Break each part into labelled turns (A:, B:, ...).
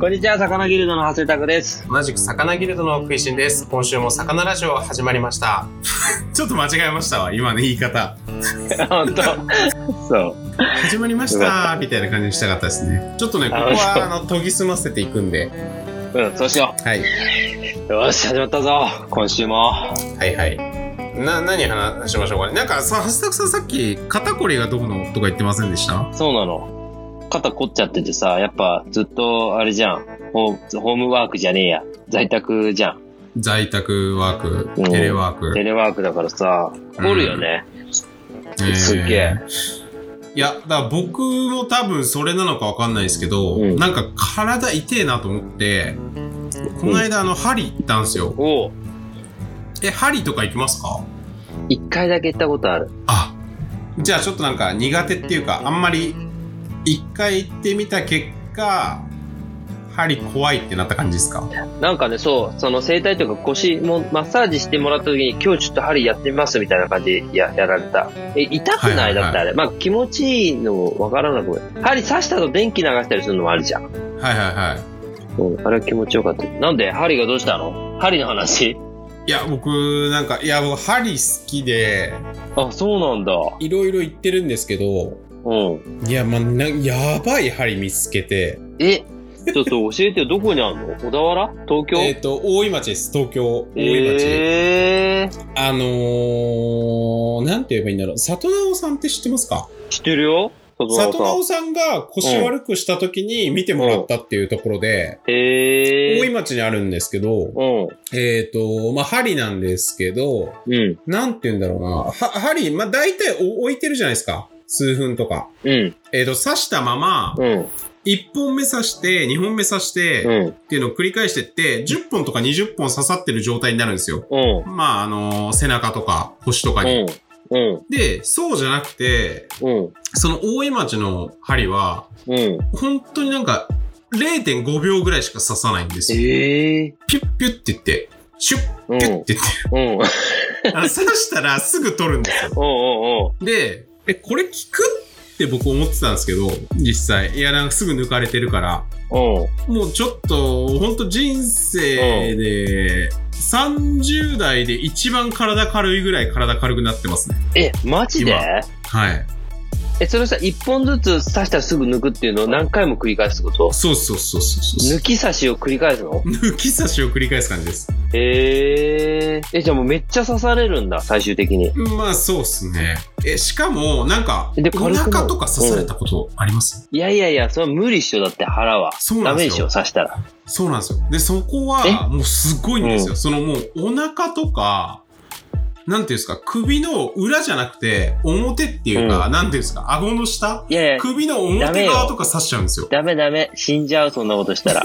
A: こんにちは、魚ギルドの長谷拓です。
B: 同じく魚ギルドの食いしんです。今週も魚ラジオ始まりました。
C: ちょっと間違えましたわ、今の言い方。
A: 本当。そう。
C: 始まりまし
A: よか
C: たみたいな感じにしたかったですね。ちょっとね、ここは、あの、研ぎ澄ませていくんで。
A: うん、そうしよ
C: はい。
A: う。よし、始まったぞ。今週も。
C: はいはい。
B: な、何話しましょうかね。
C: なんかさ、ハスタクさんさっき、肩こりがどうのとか言ってませんでした
A: そうなの。肩凝っちゃっててさ、やっぱずっとあれじゃん。ホーホームワークじゃねえや。在宅じゃん。
C: 在宅ワー
A: うん
C: ク、テレワーク。
A: テレワークだからさ、凝るよね。
C: えー
A: すっげえ。
C: いや、だから僕も多分それなのかわかんないですけど、
A: うん
C: なんか体痛えなと思って、この間あの、針行ったんですよ。
A: おう
C: え、針とか行きますか
A: 一回だけ行ったことある。
C: あじゃあちょっとなんか苦手っていうかあんまり一回行ってみた結果針怖いってなった感じですか
A: なんかね、そう、その整体とか腰もマッサージしてもらった時に、今日ちょっと針やってみますみたいな感じでややられた。え、痛くない
C: はいはいはい
A: だってあれ。まあ気持ちいいのもわからなくも針刺したと電気流したりするのもあるじゃん。
C: はいはいはい
A: うん、あれは気持ちよかった。なんで針がどうしたの針の話
C: いや僕なんかいや僕針好きで
A: あ、そうなんだ。
C: いろいろ行ってるんですけど
A: うん。
C: いやまあなやばい針見つけて
A: え、ちょっと教えてよ、どこにあるの小田原東京
C: えっ、と大井町です東京大井町、
A: えー、
C: あのー、なんて言えばいいんだろう里直さんって知ってますか
A: 知ってるよ里
C: 里直
A: 直さ
C: さんが腰悪くした時に見てもらったっていうところで、
A: ん。え
C: 大井
A: ー。
C: 町にあるんですけど、
A: うん。
C: えっ、と、まあ、針なんですけど、
A: うん。
C: なんて言うんだろうな。は針、まあ、大体お置いてるじゃないですか。数分とか。
A: うん。
C: えっ、と、刺したまま、
A: うん。
C: 1本目刺して、2本目刺して、
A: う
C: っ
A: ん。
C: ていうのを繰り返してって、10本とか20本刺さってる状態になるんですよ。
A: うん。
C: まあ、あのー背中とか腰とかに。
A: うん。
C: で、そうじゃなくて、
A: うん。
C: その大井町の針は、
A: うん。
C: 本当になんか、0.5秒ぐらいしか刺さないんですよ。
A: ええ
C: ピュッピュッって言って、シュッ
A: ー。うん。
C: ピュッて言って、
A: うん。
C: あの刺したらすぐ取るんですよ。
A: うん。
C: で、え、これ効くって僕思ってたんですけど、実際。いや、なんかすぐ抜かれてるから。
A: うん。うん。
C: もうちょっと、ほんと人生で、30代で一番体軽いぐらい体軽くなってますね。
A: え、マジで
C: はい。
A: え、それさ、一本ずつ刺したらすぐ抜くっていうのを何回も繰り返すってこと
C: そうそうそうそうそう
A: 抜き刺しを繰り返すの
C: 抜き差しを繰り返す感じです。
A: ええー。え、じゃあもうめっちゃ刺されるんだ、最終的に。
C: まあ、そうっすね。え、しかも、なんか、
A: で
C: お
A: 軽くなる
C: 腹とか刺されたことあります、
A: いやいやいや、それは無理っしょ、だって腹は。
C: そうな
A: ダ
C: ん
A: メ
C: で
A: ですし
C: よ
A: ょ、。刺したら。
C: そうなんですよ。で、そこ
A: え
C: は、もうすごいんですよ。そのもう、お腹とか、なんていうんですか、首の裏じゃなくて、表っていうか、なんていうんですか、顎の下
A: いやいや、
C: 首の
A: ダメ
C: 表
A: よ
C: 側とか刺しちゃうんですよ。
A: ダメダメ。死んじゃう、そんなことしたら。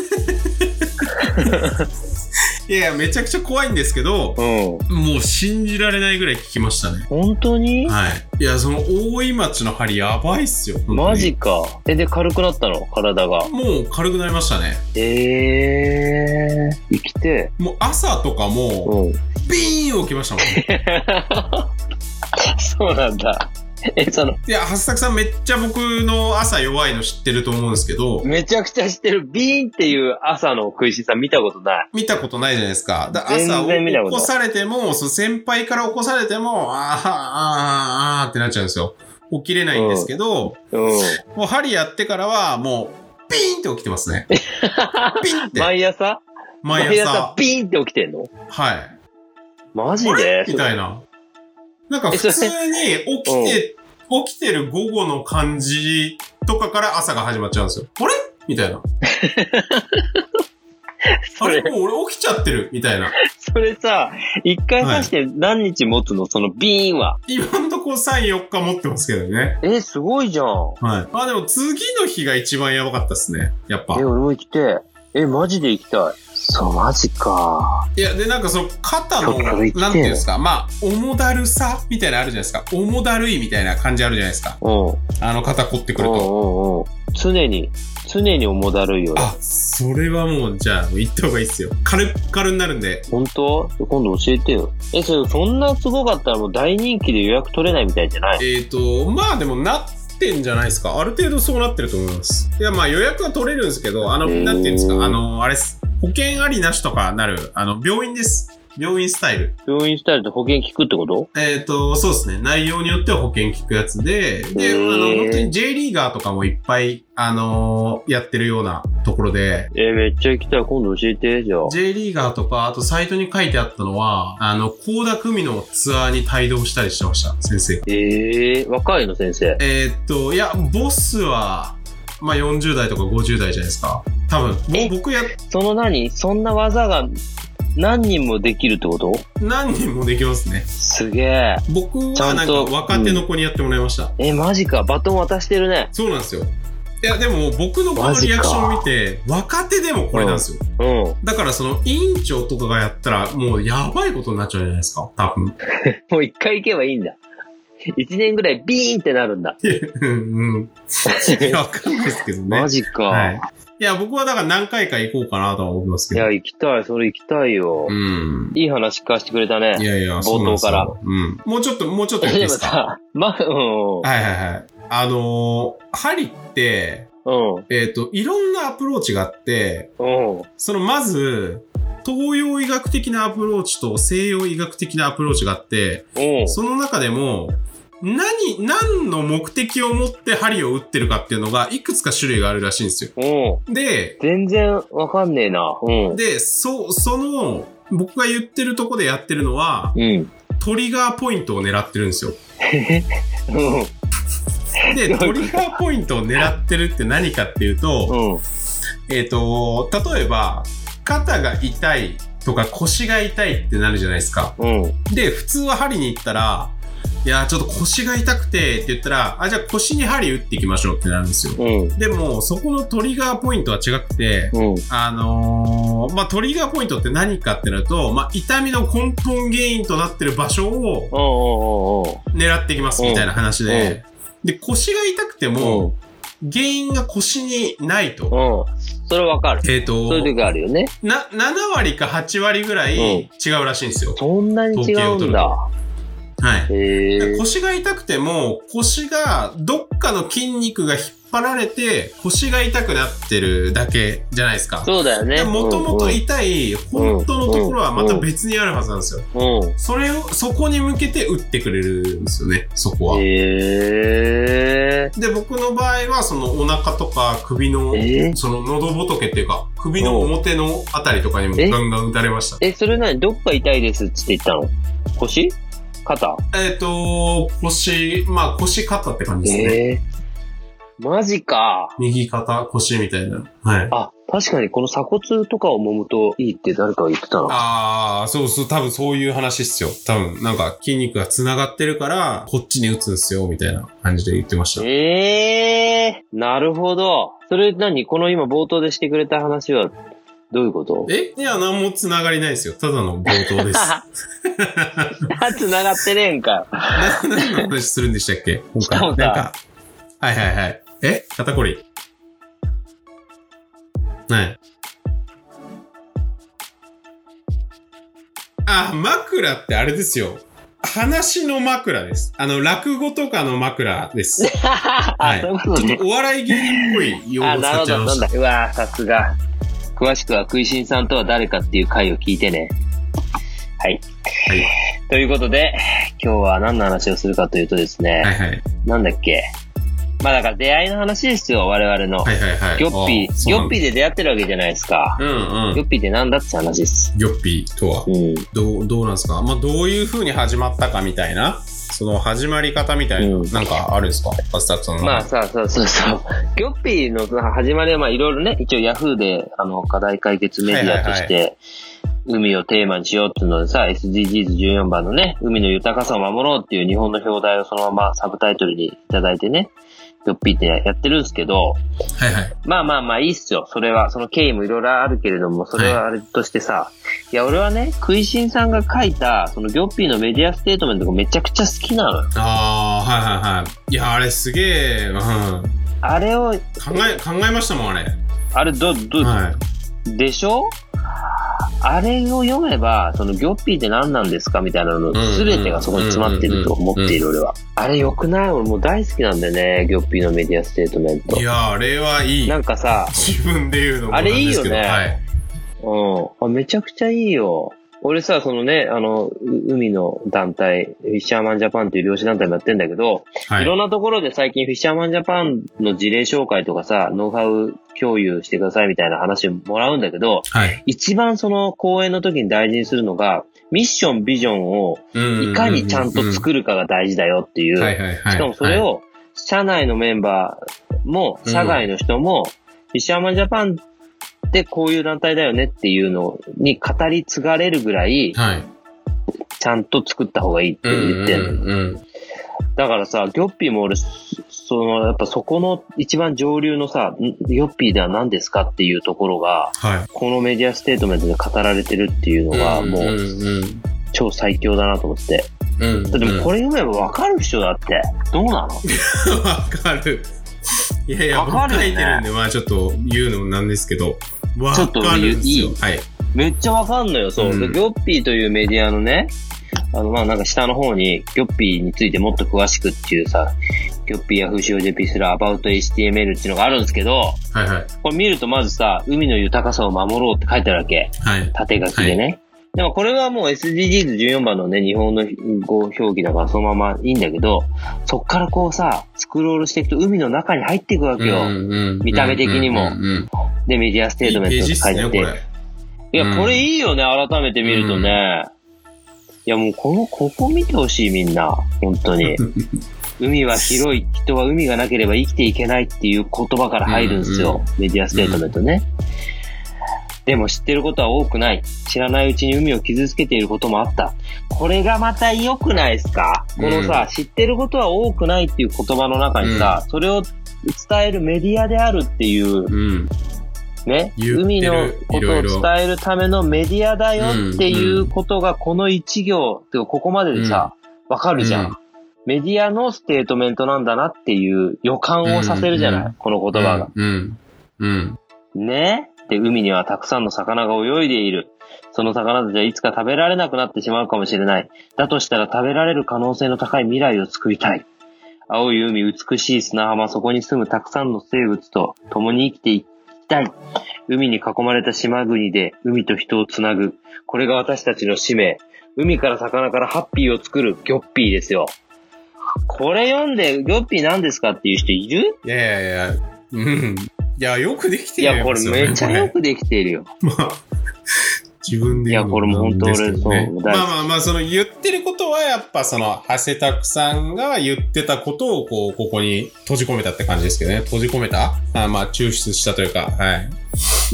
C: いやいや、めちゃくちゃ怖いんですけど、
A: うん。
C: もう信じられないぐらい聞きましたね。
A: 本当に
C: はい。いや、その、大井町の針やばいっすよ。本当に
A: マジか。え、で、軽くなったの体が。
C: もう軽くなりましたね。
A: えー。生きて。
C: もう朝とかも、
A: うん。
C: ビーン起きましたもん。い
A: そうなんだ。え、その、
C: や、はっさくさんめっちゃ僕の朝弱いの知ってると思うんですけど、
A: めちゃくちゃ知ってるビーンっていう朝の食いしんさん見たことない。
C: 見たことないじゃないですか。だ
A: 全然
C: 朝
A: 見たことない
C: 起こされても、そう先輩から起こされても、あーあー、あーあーってなっちゃうんですよ。起きれないんですけど、
A: うん。
C: もう針やってからは、もう、ピーンって起きてます ね。ピンって、
A: 毎朝
C: 毎朝。
A: ビーンって起きてんの
C: はい。
A: マジで
C: みたいな。なんか普通に起きて、起きてる午後の感じとかから朝が始まっちゃうんですよ。あれみたいな。
A: そ
C: あれ
A: れ、
C: もう俺起きちゃってるみたいな。
A: それさ、一回刺して何日持つのそのビーンは。
C: 今んとこ3、4日持ってますけどね。
A: え、すごいじゃん。
C: はい。まあでも次の日が一番やばかったですね。やっぱ
A: え、。俺も行きてえ、マジで行きたい。そう、マジか。
C: いや、で、なんかその肩
A: ちょ
C: の、
A: っと軽いって
C: なんていうんですか、まあ、重だるさみたいなのあるじゃないですか。重だるいみたいな感じあるじゃないですか。
A: うん。うん
C: あの肩凝ってく
A: う
C: ると。
A: んうん。常に、常に重だるいよ。
C: あ、それはもう、じゃあ、もう行った方がいいっすよ。軽っ軽になるんで。
A: 本当今度教えてよ。え、それ、そんなすごかったらもう大人気で予約取れないみたいじゃない
C: えっ、ー、と、まあでもなっってんじゃないですか。ある程度そうなってると思います。いや、まあ予約は取れるんですけど、あの、
A: うーん
C: なんていうんですか、あの、あれです。保険ありなしとかなる、あの、病院です。病院スタイル。
A: 病院スタイルで保険聞くってこと
C: えっ、と、そうですね。内容によっては保険聞くやつで、で、
A: へ
C: あ
A: ー
C: の、本当に J リーガーとかもいっぱい、あのやってるようなところで、
A: えー、めっちゃ行きたい。今度教えて、じゃあ。
C: J リーガーとか、あとサイトに書いてあったのは、あの、高田久美のツアーに帯同したりしてました、先生が。
A: えー、若いの先生。
C: えーっと、いや、ボスは、まあ、40代とか50代じゃないですか。多分、
A: え
C: ぼ僕や、
A: その何そんな技が何人もできるってこと
C: 何人もできますね。
A: すげえ。
C: 僕
A: ちゃ
C: は
A: ん
C: なんか
A: と
C: 若手の子にやってもらいました。
A: え、マジか。バトン渡してるね。
C: そうなんですよ。いや、でも僕のこのリアクションを見て、若手でもこれなんですよ。
A: うん。
C: だからその委員長とかがやったら、もうやばいことになっちゃうじゃないですか。多分。
A: もう一回行けばいいんだ。一年ぐらいビーンってな るんだ。
C: うんうん。いや、わかんないですけどね
A: マ。ジか。
C: はい
A: い、。
C: いや、僕はだから何回か行こうかなとは思いますけど。
A: や、行きたい。それ行きたいよ。
C: うん。
A: いい話聞かせてくれたね。
C: いやいや、そう
A: 冒
C: なんで
A: 頭
C: すよ
A: から
C: うん。もうちょっと、もうちょっといい
A: で
C: で
A: も
C: すか。
A: さ、ま、うん。
C: はいはいはい。あのー、針って、
A: うん。
C: えっ、と、いろんなアプローチがあって、
A: うん。
C: そのまず、東洋医学的なアプローチと西洋医学的なアプローチがあって、
A: うん。
C: その中でも、何、何の目的を持って針を打ってるかっていうのが、いくつか種類があるらしいんですよ。
A: うん。
C: で、
A: 全然わかんねえな。うん。
C: で、そ、その、僕が言ってるとこでやってるのは、
A: うん。
C: トリガーポイントを狙ってるんですよ。
A: う
C: で、トリガーポイントを狙ってるって何かっていうと、
A: ん。うん。
C: えっ、と、例えば、肩が痛いとか腰が痛いってなるじゃないですか。
A: うん。
C: で、普通は針に行ったら、いや、ちょっと腰が痛くてって言ったら、あ、じゃあ腰に針打っていきましょうってなるんですよ。
A: うん。
C: でも、そこのトリガーポイントは違くて、
A: うん。
C: あのーまあ、トリガーポイントって何かってなると、まあ、痛みの根本原因となってる場所を
A: う
C: 狙っていきますみたいな話で、で、腰が痛くて
A: ん。うん。うん。
C: も、原因が腰にないと。
A: うん。それわかる。
C: えっ、と、
A: そういう時があるよね。
C: な、7割か8割ぐらい違うらしいんですよ。
A: そんなに違うんだ。
C: はい。
A: へえ。
C: 腰が痛くても、腰が、どっかの筋肉が引っ張られて、腰が痛くなってるだけじゃないですか。
A: そうだよね。
C: もともと痛い、本当のところはまた別にあるはずなんですよ。
A: うん。うん
C: それを、そこに向けて打ってくれるんですよね、そこは。
A: へえ。
C: で、僕の場合は、そのお腹とか首の
A: え、ー
C: その喉仏っていうか、首の表のあたりとかにも
A: え
C: ガンガン打たれました。
A: え、それ何どっか痛いですっつって言ったの腰肩
C: えっ、と、腰、まあ腰肩って感じですね。
A: ええマジか。
C: 右肩、腰みたいな。はい。
A: あ、確かにこの鎖骨とかを揉むといいって誰かが言ってたな。
C: ああ、そうそう、多分そういう話っすよ。多分、なんか筋肉が繋がってるから、こっちに打つんすよ、みたいな感じで言ってました。
A: ええなるほど。それ何この今冒頭でしてくれた話はどういうこと
C: えいや、何も繋がりないですよ。ただの冒頭です。
A: あ、繋がってねえんかよ。
C: な何の話するんでしたっけ今回。
A: そ
C: なん
A: うだ
C: か。はいはいはい。え肩こり。はい。あ、枕ってあれですよ。話の枕です。あの、落語とかの枕 です。
A: あ、そういうことね。
C: お笑い芸人っぽい用語
A: あ、
C: を
A: な
C: 使
A: る
C: っ
A: ほ
C: ちゃい
A: ど、
C: ま
A: なん
C: し
A: だ。うわーさすが。詳しくは、食いしんさんとは誰かっていう回を聞いてね。はい。
C: はい
A: ということで、今日は何の話をするかというとですね、
C: た。はいはい。
A: なんだっけ。まあだから出会いの話ですよ、我々の。
C: はいはいはい。
A: ギョッピ
C: あ
A: ー、
C: そ
A: ギ
C: うな
A: ョ
C: ん
A: ッ
C: だ
A: ピーで出会ってるわけじゃないですか。
C: うんう
A: ギョッ
C: ん。
A: ピーってなんだって話です。
C: ギョッピーとは
A: う、ん。
C: どう、どうなんですかまあ、どういう風に始まったかみたいな、その始まり方みたいな、
A: うん
C: なんかあるんですかバスタッツの。
A: まあ、さあ、そうそうそう。ギョッピーの始まりは、まあいろいろね、一応ヤフーで、あの、課題解決メディアとして、海をテーマにしようっていうのでさ、SDGs14 番のね、海の豊かさを守ろうっていう日本の表題をそのままサブタイトルにいただいてね、ギョッピーってやってるんですけど、
C: はいはい。
A: まあまあまあいいっすよ。それは、その経緯もいろいろあるけれども、それはあれとしてさ、い、や、俺はね、食いしんさんが書いた、そのギョッピーのメディアステートメントがめちゃくちゃ好きなのよ。
C: ああ、はいはいはい。いや、あれすげえ、うん。
A: あれを、
C: 考え、考えましたもん、あれ。
A: あれ、ど、ど、
C: はい。
A: でしょあれを読めば、そのギョッピーって何なんですかみたいなの、すべてがそこに詰まってると思っている俺は。あれ良くない俺もう大好きなんだよね、ギョッピーのメディアステートメント
C: い。や、あれはいい
A: な。んかさ、
C: 自分で言うのもなんです
A: あ
C: けど。
A: れいいよね
C: はい。
A: うん。あ、めちゃくちゃいいよ。俺さ、そのね、あの、う海の団体、フィッシャーマンジャパンっていう漁師団体もやってんだけど、、
C: はい
A: ろんなところで最近フィッシャーマンジャパンの事例紹介とかさ、ノウハウ共有してくださいみたいな話をもらうんだけど、
C: はい。
A: 一番その講演の時に大事にするのが、ミッション、ビジョンを
C: うん
A: いかにちゃんと作るかが大事だよっていう。
C: はいはいはい。
A: しかもそれ
C: はい、
A: を、社内のメンバーも、
C: うん
A: 社外の人も、フィッシャーマンジャパンってこういう団体だよねっていうのに語り継がれるぐらい、
C: はい。
A: ちゃんと作った方がいいって言ってんの。
C: うんうん
A: だからさ、ギョッピーも俺、その、やっぱそこの一番上流のさ、んギョッピーでは何ですかっていうところが、
C: はい。
A: このメディアステートメントで語られてるっていうのが、も
C: うん
A: う
C: うん
A: 超最強だなと思って。
C: うん。
A: だってもうこれ読めばわかる人だって。どうなの
C: うんわかる。いやいや、
A: わかるよ
C: 僕書
A: ね
C: いてるんで、まあちょっと言うのもなんですけど、わ
A: ちょっと
C: かるんです
A: い
C: よ
A: い。
C: はい。
A: めっちゃわかんのよ、そう。
C: うん
A: でギョッピーというメディアのね、あの、まあ、なんか下の方に、ギョッピーについてもっと詳しくっていうさ、ギョッピーや風潮 JP する About HTML っていうのがあるんですけど、
C: はいはい。
A: これ見るとまずさ、海の豊かさを守ろうって書いてあるわけ。
C: はい。
A: 縦書きでね。でもこれはもう SDGs14 番のね、日本の語表記だからそのままいいんだけど、そっからこうさ、スクロールしていくと海の中に入っていくわけよ。見
C: 見
A: た目的にも
C: うんうん
A: で、メディアステートメン
C: いいペー
A: トっ
C: ジ
A: て
C: っ
A: 書
C: す
A: い
C: ね、
A: て
C: こ
A: て。
C: れ。
A: いや、
C: うん
A: これいいよね、改めて見るとね。いや、もうこの、ここ見てほしい、みんな。本当 に。海は広い、人は海がなければ生きていけないっていう言葉から入るんですよ。メディアステートメントね。でも知ってることは多くない。知らないうちに海を傷つけていることもあった。これがまた良くないですかこのさ、知ってることは多くないっていう言葉の中にさ、それを伝えるメディアであるっていう
C: うん。
A: ね、
C: 言ってる
A: 海のことを伝えるためのメディアだよっていうことがこの一行ってここまででさ、わかるじゃん,、
C: うん
A: メディアのステートメントなんだなっていう予感をさせるじゃない、
C: うん
A: この言葉が。
C: うん。うん。
A: ねで、海にはたくさんの魚が泳いでいる。その魚たちはいつか食べられなくなってしまうかもしれない。だとしたら食べられる可能性の高い未来を作りたい。青い海、美しい砂浜、そこに住むたくさんの生物と共に生きていきたい。海に囲まれた島国で海と人をつなぐ。これが私たちの使命。海から魚からハッピーを作るギョッピーですよ。これ読んで、ギョッピー何ですかっていう人いる
C: いやいやいや、うん。いや、よくでき
A: い
C: てる
A: や、これ
C: ですよね
A: めっちゃよくできてるよ。
C: まあ、 自分で言うのなんで
A: いやこれ
C: すけど
A: も本当俺そう大好き
C: まあまあまあ、その言ってることはやっぱその、長谷拓さんが言ってたことをこう、ここに閉じ込めたって感じですけどね。閉じ込めたあまあ、抽出したというか、はい。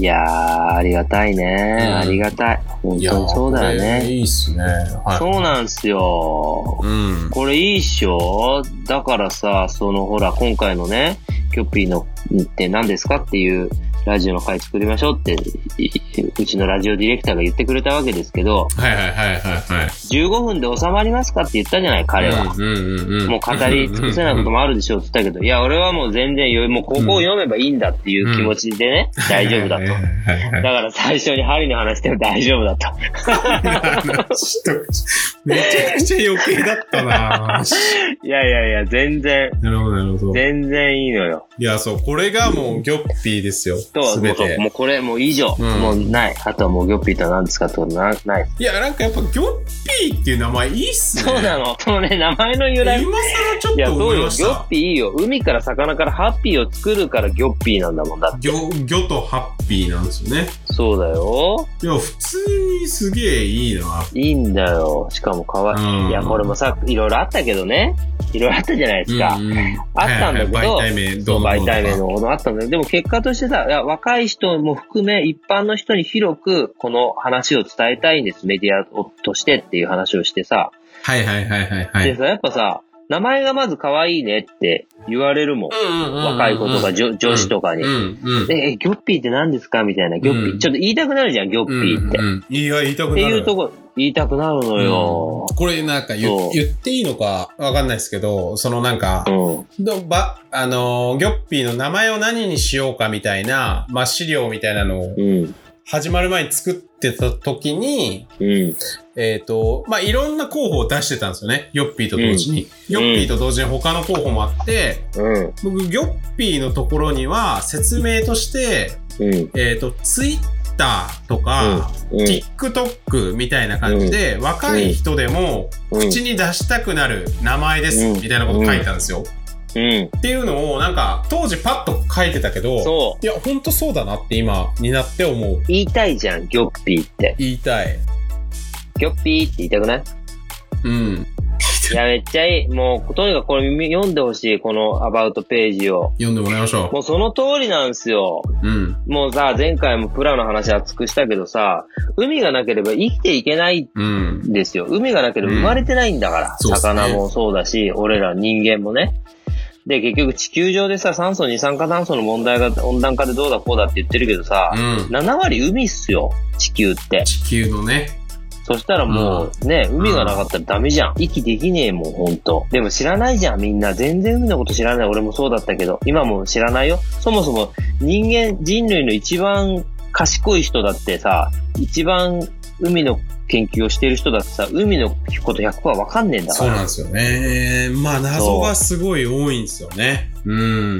A: いやー、ありがたいね。
C: うん
A: ありがたい。本当にそうだよ
C: これ
A: ね。
C: いいっすね。は
A: そうなんすよ
C: い。。うん。
A: これいいっしょだからさ、そのほら、今回のね、キョッピーのって何ですかっていうラジオの回作りましょうって、いいうちのラジオディレクターが言ってくれたわけですけど、
C: はいはいはいはいはい。
A: 15分で収まりますかって言ったじゃない、彼は。
C: うんうんうん。
A: もう語り尽くせないこともあるでしょうって言ったけど、いや、俺はもう全然よ、もうここを読めばいいんだっていう気持ちでね、大丈夫だと。
C: はいはいはい
A: だ から最初に針の話しても大丈夫だと。
C: 話とめちゃくちゃ余計だっ たな
A: いやいやいや、全然、
C: なるほど、なるほど。
A: 全然いいのよ。
C: いや、そう、これがもうギョッピーですよ。
A: とは、
C: す
A: も
C: べ
A: うそう、
C: て。
A: もうこれ、もう以上、
C: うん
A: もうない。あとはもう、ギョッピーとは何ですかってことな、ない。
C: いや、なんかやっぱギョッピーっていう名前いいっす ね。
A: そうなの。そのね、名前の由
C: 今
A: 来。い
C: 更ちょっ
A: や、
C: と
A: そ
C: 思
A: う
C: い
A: よ。
C: まし
A: ギョッ
C: た。
A: ピーいいよ。海から魚からハッピーを作るからギョッピーなんだもんだ。
C: ギョ、ギョとハッピーなんですよね。
A: そうだよ。
C: いや、普通にすげえいいな。
A: いいんだよ。しかも可愛
C: うん
A: い。いや、これもさ、いろいろあったけどね。いろいろあったじゃないですか。
C: うんうん
A: あったんだけど
C: はいはい媒体名、
A: そ
C: ど
A: う
C: うのこ
A: 媒
C: うのとか
A: 体名のものあったんだけど、でも結果としてさ、いや若い人も含め、一般の人に広くこの話を伝えたいんです、メディアをとしてっていう話をしてさ。
C: はいはいはいはいは
A: で
C: い。
A: さ、やっぱさ、名前がまず可愛いねって言われるもん。若い子とか
C: 女
A: じょ女子とかに。
C: うんうん。
A: でえ、ギョッピーって何ですかみたいな。ギョッピー、
C: うん
A: ちょっと言いたくなるじゃん、ギョッピーって。
C: うんうんいや、言いたくな
A: っ
C: る。
A: ていうとこ、言いたくなるのよ。
C: これなんか言
A: そう
C: 言っていいのかわかんないですけど、そのなんか
A: う、ん。
C: どば、あのー、ギョッピーの名前を何にしようかみたいな、まあ、資料みたいなのを
A: うん。
C: 始まる前に作ってた時に、
A: うん。
C: えっ、と、まあ、いろんな候補を出してたんですよね。ヨッピーと同時に。ヨッピーと同時に他の候補もあって、
A: うん。
C: 僕、ヨッピーのところには説明として、
A: うん。
C: えっ、と、ツイッターとか、
A: うん。
C: TikTok みたいな感じで、若い人でも
A: うん。
C: 口に出したくなる名前です、
A: うん
C: みたいなこと書いたんですよ。
A: うん。
C: っていうのを、なんか、当時パッと書いてたけど、
A: そう。
C: いや、ほんとそうだなって今になって思う。
A: 言いたいじゃん、ギョッピーって。
C: 言いたい。
A: ギョッピーって言いたくない
C: うん。
A: いや、めっちゃいい。もう、とにかくこれ読んでほしい、このアバウトページを。
C: 読んでもらいましょ
A: もうその通りなんですよ。
C: う。うん。
A: もうさ、前回もプラの話熱くしたけどさ、海がなければ生きていけない
C: うん。
A: んですよ。海がなければ生まれてないんだから。
C: そうっすね
A: 魚もそうだし、俺ら人間もね。で、結局地球上でさ、酸素、二酸化炭素の問題が温暖化でどうだこうだって言ってるけどさ
C: う、ん。
A: 7割海っすよ、地球って。
C: 地球のね。
A: そしたらもうね、海がなかったらダメじゃん。息できねえもん、ほんと。でも知らないじゃん、みんな。全然海のこと知らない。俺もそうだったけど、今も知らないよ。そもそも人間、人類の一番賢い人だってさ、一番海の研究をしてる人だってさ、海のこと100%わかんねえんだか
C: そう
A: ら。
C: なんですよね。まあ、謎がすごい多いんですよね。う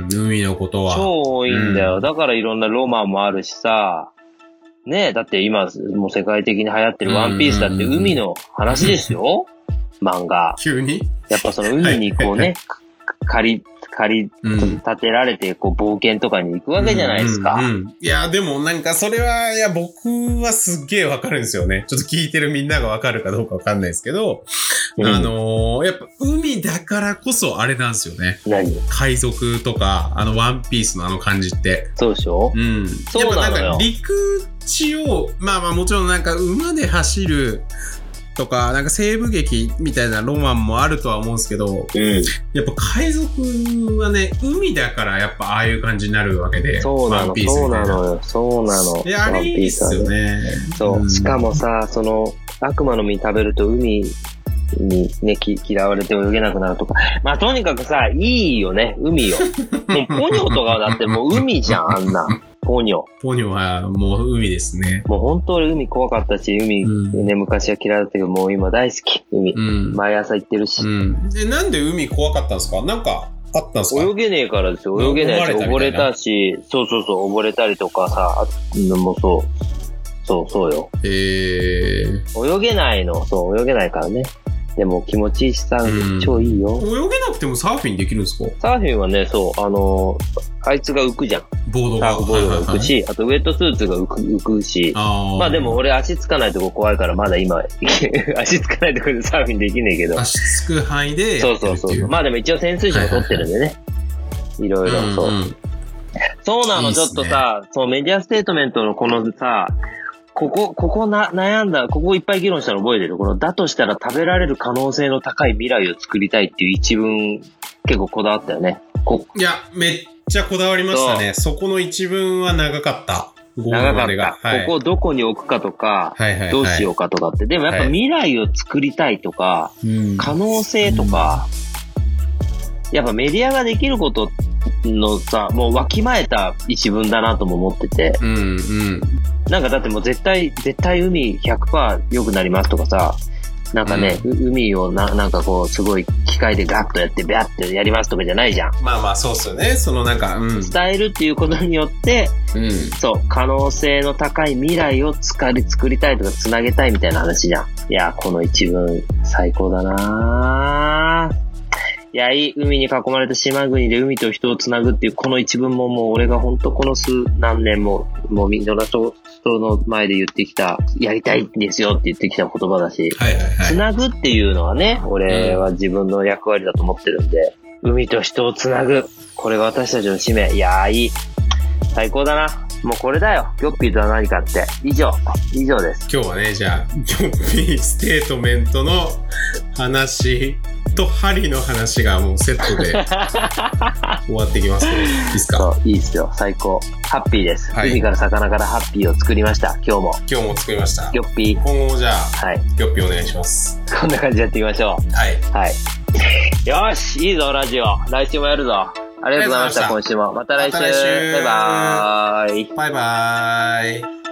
C: ん。海のことは。
A: 超多いんだよ。
C: うん
A: だからいろんなロマンもあるしさ、ねえ、だって今、もう世界的に流行ってるワンピースだって海の話ですよ。漫画。
C: 急に
A: やっぱその海にこうね、借り、借り
C: うん。
A: 立てられて、こう冒険とかに行くわけじゃないですか。
C: うんうんうんいや、でもなんかそれは、いや、僕はすっげえわかるんですよね。ちょっと聞いてるみんながわかるかどうかわかんないですけど、
A: うん
C: あのーやっぱ海だからこそあれなんですよね。
A: 何
C: 海賊とか、あのワンピースのあの感じって。
A: そうでしょ
C: うん。
A: そうなのよ
C: やっぱなんか陸地を、まあまあもちろんなんか馬で走るとか、なんか西部劇みたいなロマンもあるとは思うんですけど、
A: うん。
C: やっぱ海賊はね、海だからやっぱああいう感じになるわけで。
A: そうな
C: ワ
A: の
C: ンピ、ース
A: そう
C: みたい
A: なのよ、そうなの。
C: いや、あ
A: ワン
C: れいい
A: ピ
C: っ
A: ースは
C: すよね。
A: そう、
C: ん
A: しか。もさ、その、悪魔の実食べると海にね、き嫌われて泳げなくなるとか。まあ、とにかくさ、いいよね、海 よ。もうポニョとかだってもう海じゃん、あんな。ポニョ。
C: ポニョはもう海ですね。
A: もう本当俺海怖かったし、海、
C: うん
A: ね、昔は嫌いだったけど、もう今大好き、海。
C: うん。
A: 毎朝行ってるし
C: う。ん。で、なんで海怖かったんですかなんかあったんですか
A: 泳げねえからですよ。泳げないし、
C: うん
A: 溺
C: 溺
A: れ
C: れたみたいな
A: たし、そうそうそう、溺れたりとかさ、あのもうそう、そうそうよ。
C: えー、
A: 泳げないの、そう、泳げないからね。でも気持ちいいしさ、
C: うん
A: 超いいよ。
C: 泳げなくてもサーフィンできるんですか
A: サーフィンはね、そう、あのーあいつが浮くじゃん。
C: ボード
A: サ
C: が。
A: ーフボードが浮くし、あとウェットスーツが浮く浮くし。
C: あー
A: まあでも、俺足つかないとこ怖いから、まだ今、 足つかないとこでサーフィンできねえけど。
C: 足つく範囲でやって
A: そ
C: る
A: う
C: って
A: そ
C: いう
A: そう。まあでも一応潜水士も取ってるんでね。いろいろ、そう。
C: んん
A: そうなの、
C: いいっ
A: ち
C: す
A: ょ
C: ね
A: っとさ、そう、メディアステートメントのこのさ、ここ、ここな、悩んだ、ここいっぱい議論したの覚えてるこの、だとしたら食べられる可能性の高い未来を作りたいっていう一文、結構こだわったよね。こ
C: いや、めっちゃこだわりましたね。そこの一文は長かった。ゴー
A: 長か
C: ルま
A: っ
C: でが
A: た。
C: はい、
A: ここをどこに置くかとか、
C: はいはいはい、
A: どうしようかとかって。でもやっぱ
C: はい
A: 未来を作りたいとか、
C: う。ん、
A: 可能性とか、やっぱメディアができることのさ、もうわきまえた一文だなとも思ってて。
C: うんうん。
A: なんかだってもう絶対、絶対海100%良くなりますとかさ、なんかね、う海をななんかこう、すごい機械でガッとやって、ビャッてやりますとかじゃないじゃん。
C: まあまあ、そうっすよね。そのなんか、うん。うん。
A: 伝えるっていうことによって、そう、可能性の高い未来をつかり作りたいとか繋げたいみたいな話じゃん。いや、この一文、最高だなぁいや、いい、海に囲まれた島国で海と人を繋ぐっていう、この一文ももう俺がほんとこの数何年も、もうみんなの人の前で言ってきた、やりたいんですよって言ってきた言葉だし、
C: はいはいはい。
A: 繋ぐっていうのはね、俺は自分の役割だと思ってるんで、海と人を繋ぐ。これが私たちの使命。いやー、いい。最高だな。もうこれだよ。ギョッピーとは何かって。以上。以上です。
C: 今日はね、じゃあ、ギョッピーステートメントの話と針の話がもうセットで 終わってきますけど、いいですか
A: そう、いいっすよ。最高。ハッピーです。
C: はい
A: 海から魚からハッピーを作りました。今日も。
C: 今日も作りました。
A: ギョッピー。
C: 今後じゃあ、
A: はい。
C: ギョッピーお願いします。
A: こんな感じでやっていきましょ
C: はい。
A: う。はい。よーし、いいぞ、ラジオ。来週もやるぞ。ありがとうございました、
C: ありがとうございま
A: 今週も。また来週。
C: また来週
A: バイバーイ。
C: バイバーイ。